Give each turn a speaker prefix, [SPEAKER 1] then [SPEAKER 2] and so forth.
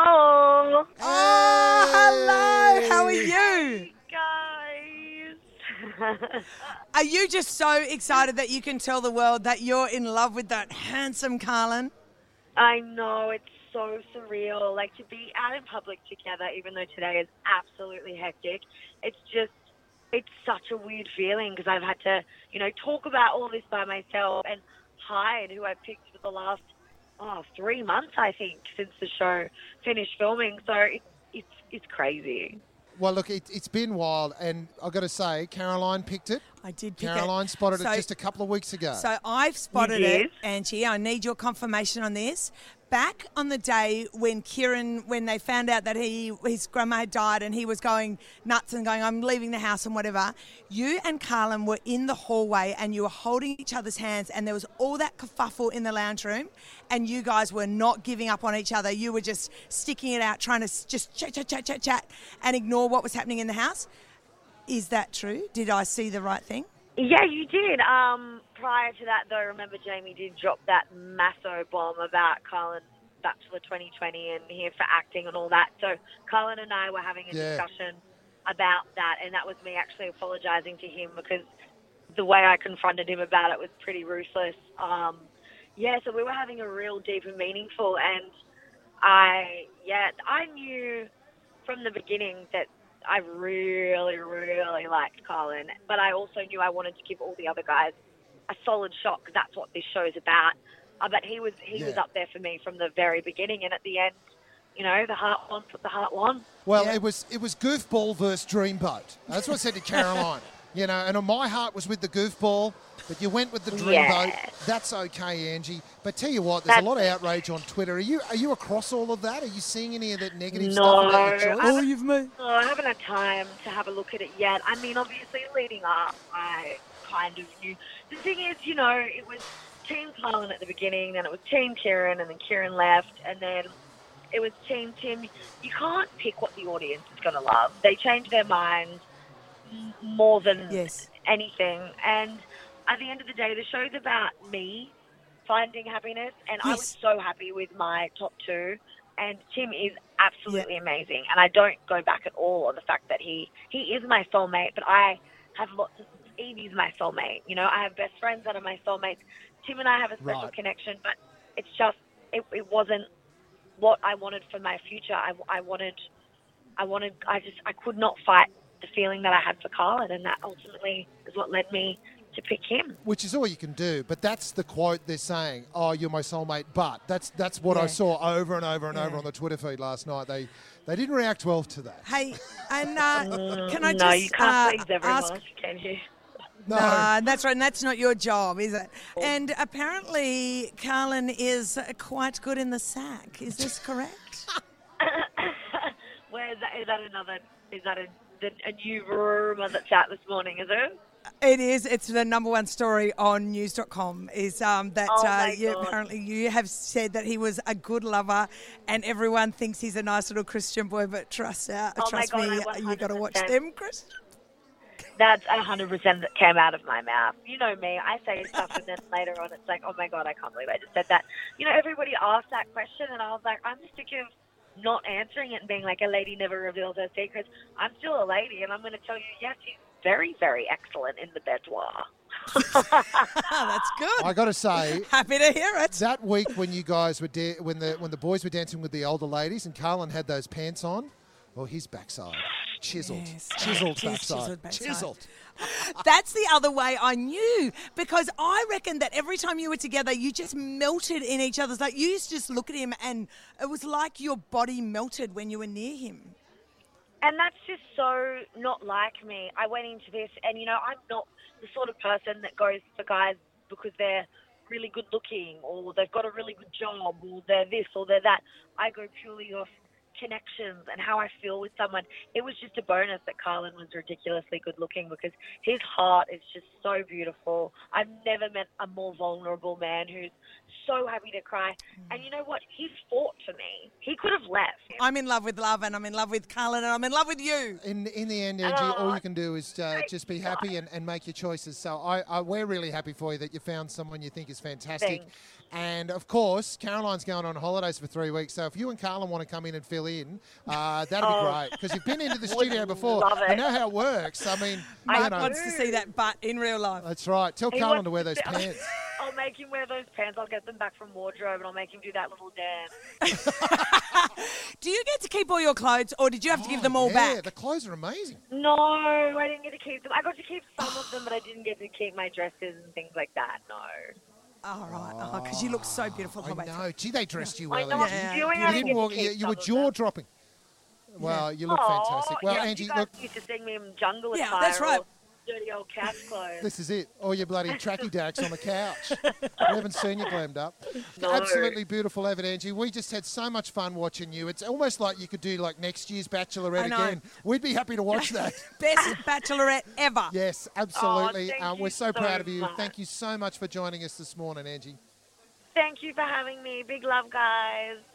[SPEAKER 1] Hello,
[SPEAKER 2] Oh, hello. How are you?
[SPEAKER 1] guys.
[SPEAKER 2] Are you just so excited that you can tell the world that you're in love with that handsome Carlin?
[SPEAKER 1] I know it's so surreal, like to be out in public together, even though today is absolutely hectic. It's just, it's such a weird feeling because I've had to, you know, talk about all this by myself and hide who I picked for the last oh three months, I think, since the show finished filming. So it's it's it's crazy.
[SPEAKER 3] Well, look, it, it's been wild, and I've got to say, Caroline picked it.
[SPEAKER 2] I did pick
[SPEAKER 3] Caroline
[SPEAKER 2] it.
[SPEAKER 3] spotted
[SPEAKER 2] So-
[SPEAKER 3] it just a couple of weeks ago.
[SPEAKER 2] So I've spotted
[SPEAKER 1] You
[SPEAKER 2] it,
[SPEAKER 1] did?
[SPEAKER 2] Angie. I need your confirmation on this. Back on the day when Kieran, when they found out that he his grandma had died and he was going nuts and going, I'm leaving the house and whatever, you and Carlin were in the hallway and you were holding each other's hands and there was all that kerfuffle in the lounge room and you guys were not giving up on each other. You were just sticking it out, trying to s- just chat, chat, chat, chat, chat and ignore what was happening in the house. Is that true? Did I see the right thing?
[SPEAKER 1] Yeah, you did. Um, prior to that, though, remember Jamie did drop that masso bomb about Carlin Bachelor 2020 and here for acting and all that. So Carlin and I were having a
[SPEAKER 3] Yeah.
[SPEAKER 1] discussion about that, and that was me actually apologising to him because the way I confronted him about it was pretty ruthless. Um, yeah, so we were having a real deep and meaningful, and I, yeah, I knew from the beginning that I really, really liked Carlin, but I also knew I wanted to give all the other guys a solid shot 'cause that's what this show's about. Uh, but he was he was
[SPEAKER 3] Yeah.
[SPEAKER 1] up there for me from the very beginning, and at the end, you know, the heart won, put the heart won.
[SPEAKER 3] well, it was it was goofball versus dreamboat. That's what I said to Caroline. You know, and my heart was with the goofball, but you went with the dreamboat.
[SPEAKER 1] Yeah.
[SPEAKER 3] That's okay, Angie. But tell you what, there's
[SPEAKER 1] That's
[SPEAKER 3] a lot of
[SPEAKER 1] it.
[SPEAKER 3] outrage on Twitter. Are you are you across all of that? Are you seeing any of that negative
[SPEAKER 1] No,
[SPEAKER 3] stuff about your
[SPEAKER 1] I'm-
[SPEAKER 3] choice?
[SPEAKER 1] Oh,
[SPEAKER 2] you've moved.
[SPEAKER 1] Oh, I haven't had time to have a look at it yet. I mean, obviously, leading up, I kind of knew. The thing is, you know, it was Team Carlin at the beginning, then it was Team Kieran, and then Kieran left, and then it was Team Tim. You can't pick what the audience is going to love. They change their minds m- more than
[SPEAKER 2] Yes.
[SPEAKER 1] anything. And at the end of the day, the show's about me finding happiness, and I was
[SPEAKER 2] Yes.
[SPEAKER 1] so happy with my top two. And Tim is absolutely amazing, and I don't go back at all on the fact that he he is my soulmate. But I have lots of Evie's my soulmate. You know, I have best friends that are my soulmates. Tim and I have a special
[SPEAKER 3] Right.
[SPEAKER 1] connection, but it's just it, it wasn't what I wanted for my future. I, I wanted, I wanted, I just, I could not fight the feeling that I had for Carlin, and that ultimately is what led me to pick him.
[SPEAKER 3] Which is all you can do, but that's the quote they're saying. Oh, you're my soulmate, but that's that's what
[SPEAKER 2] Yeah.
[SPEAKER 3] I saw over and over and over
[SPEAKER 2] Yeah.
[SPEAKER 3] on the Twitter feed last night. They they didn't react well to that.
[SPEAKER 2] Hey, and uh, can I
[SPEAKER 1] Mm, no,
[SPEAKER 2] just
[SPEAKER 1] you can't
[SPEAKER 2] uh,
[SPEAKER 1] please everyone,
[SPEAKER 2] ask?
[SPEAKER 1] can you?
[SPEAKER 3] No,
[SPEAKER 2] Nah, that's right. And that's not your job, is it? And apparently, Carlin is uh, quite good in the sack. Is this correct?
[SPEAKER 1] Where is that, is that another? Is that a, the, a new rumor that's out this morning? Is it?
[SPEAKER 2] it is. It's the number one story on news.com. Is um, that
[SPEAKER 1] Oh
[SPEAKER 2] uh,
[SPEAKER 1] my
[SPEAKER 2] you,
[SPEAKER 1] God.
[SPEAKER 2] apparently you have said that he was a good lover, and everyone thinks he's a nice little Christian boy. But trust out,
[SPEAKER 1] Oh my
[SPEAKER 2] trust
[SPEAKER 1] God,
[SPEAKER 2] me, uh,
[SPEAKER 1] I
[SPEAKER 2] you got to watch
[SPEAKER 1] 100%.
[SPEAKER 2] them, Christian.
[SPEAKER 1] That's a hundred percent that came out of my mouth. You know me. I say stuff, and then later on, it's like, oh my god, I can't believe I just said that. You know, everybody asked that question, and I was like, I'm sick of not answering it and being like, a lady never reveals her secrets. I'm still a lady, and I'm going to tell you, yes, he's very, very excellent in the boudoir.
[SPEAKER 2] Ah, that's good.
[SPEAKER 3] I got to say,
[SPEAKER 2] Happy to hear it.
[SPEAKER 3] that week when you guys were da- when the when the boys were dancing with the older ladies and Carlin had those pants on, well, his backside chiseled,
[SPEAKER 2] Yes.
[SPEAKER 3] chiseled
[SPEAKER 2] His
[SPEAKER 3] backside,
[SPEAKER 2] chiseled backside.
[SPEAKER 3] chiseled.
[SPEAKER 2] That's the other way I knew because I reckon that every time you were together, you just melted in each other's. Like you used to just look at him, and it was like your body melted when you were near him.
[SPEAKER 1] And that's just so not like me. I went into this, and you know, I'm not the sort of person that goes for guys because they're really good looking, or they've got a really good job, or they're this, or they're that. I go purely off connections and how I feel with someone. It was just a bonus that Carlin was ridiculously good looking because his heart is just so beautiful. I've never met a more vulnerable man who's so happy to cry. And you know what? He fought for me. He could have left.
[SPEAKER 2] I'm in love with love, and I'm in love with Carlin, and I'm in love with you.
[SPEAKER 3] In in the end, Angie, all you can do is uh,
[SPEAKER 1] thank
[SPEAKER 3] just be
[SPEAKER 1] you.
[SPEAKER 3] happy and, and make your choices. So I, I we're really happy for you that you found someone you think is fantastic.
[SPEAKER 1] Thanks.
[SPEAKER 3] And of course, Caroline's going on holidays for three weeks. So if you and Carlin want to come in and fill in, uh, that'd be great because you've been into the studio before.
[SPEAKER 1] Oh. love
[SPEAKER 3] I
[SPEAKER 1] it.
[SPEAKER 3] know how it works. I mean,
[SPEAKER 1] I
[SPEAKER 3] you
[SPEAKER 2] Mark
[SPEAKER 1] know.
[SPEAKER 2] wants to see that butt in real life.
[SPEAKER 3] that's right. Tell
[SPEAKER 1] He
[SPEAKER 3] Carlin
[SPEAKER 1] wants
[SPEAKER 3] to wear
[SPEAKER 1] to
[SPEAKER 3] those
[SPEAKER 1] sit-
[SPEAKER 3] pants.
[SPEAKER 1] I'll make him wear those pants. I'll get them back from wardrobe, and I'll make him do that little dance.
[SPEAKER 2] Do you get to keep all your clothes, or did you have to give
[SPEAKER 3] Oh,
[SPEAKER 2] them all
[SPEAKER 3] yeah,
[SPEAKER 2] back?
[SPEAKER 3] the clothes are amazing.
[SPEAKER 1] No, I didn't get to keep them. I got to keep some of them, but I didn't get to keep my dresses and things like that. No.
[SPEAKER 2] All right, because you look so beautiful. the
[SPEAKER 3] I
[SPEAKER 2] whole way through.
[SPEAKER 3] know. Gee, they dressed you
[SPEAKER 1] I
[SPEAKER 3] well.
[SPEAKER 1] know. I'm
[SPEAKER 2] Yeah.
[SPEAKER 3] Angie.
[SPEAKER 1] doing.
[SPEAKER 3] You
[SPEAKER 1] I didn't
[SPEAKER 3] didn't
[SPEAKER 1] get
[SPEAKER 3] walk.
[SPEAKER 1] to keep
[SPEAKER 3] You, you
[SPEAKER 1] some
[SPEAKER 3] were
[SPEAKER 1] of them.
[SPEAKER 3] jaw dropping. Well, you look
[SPEAKER 1] Aw,
[SPEAKER 3] fantastic. Well,
[SPEAKER 1] yeah,
[SPEAKER 3] Angie,
[SPEAKER 1] you guys
[SPEAKER 3] look,
[SPEAKER 1] used to sing me in jungle
[SPEAKER 2] Yeah,
[SPEAKER 1] attire.
[SPEAKER 2] that's right.
[SPEAKER 1] or Dirty old cat's clothes.
[SPEAKER 3] This is it. All your bloody tracky dacks on the couch. we haven't seen you glammed up.
[SPEAKER 1] No.
[SPEAKER 3] Absolutely beautiful, Evan Angie. We just had so much fun watching you. It's almost like you could do like next year's Bachelorette
[SPEAKER 2] I know.
[SPEAKER 3] again. We'd be happy to watch that.
[SPEAKER 2] Best bachelorette ever.
[SPEAKER 3] yes, absolutely.
[SPEAKER 1] Oh, thank
[SPEAKER 3] um, we're
[SPEAKER 1] you
[SPEAKER 3] so,
[SPEAKER 1] so
[SPEAKER 3] proud of you.
[SPEAKER 1] much.
[SPEAKER 3] Thank you so much for joining us this morning, Angie.
[SPEAKER 1] Thank you for having me. Big love, guys.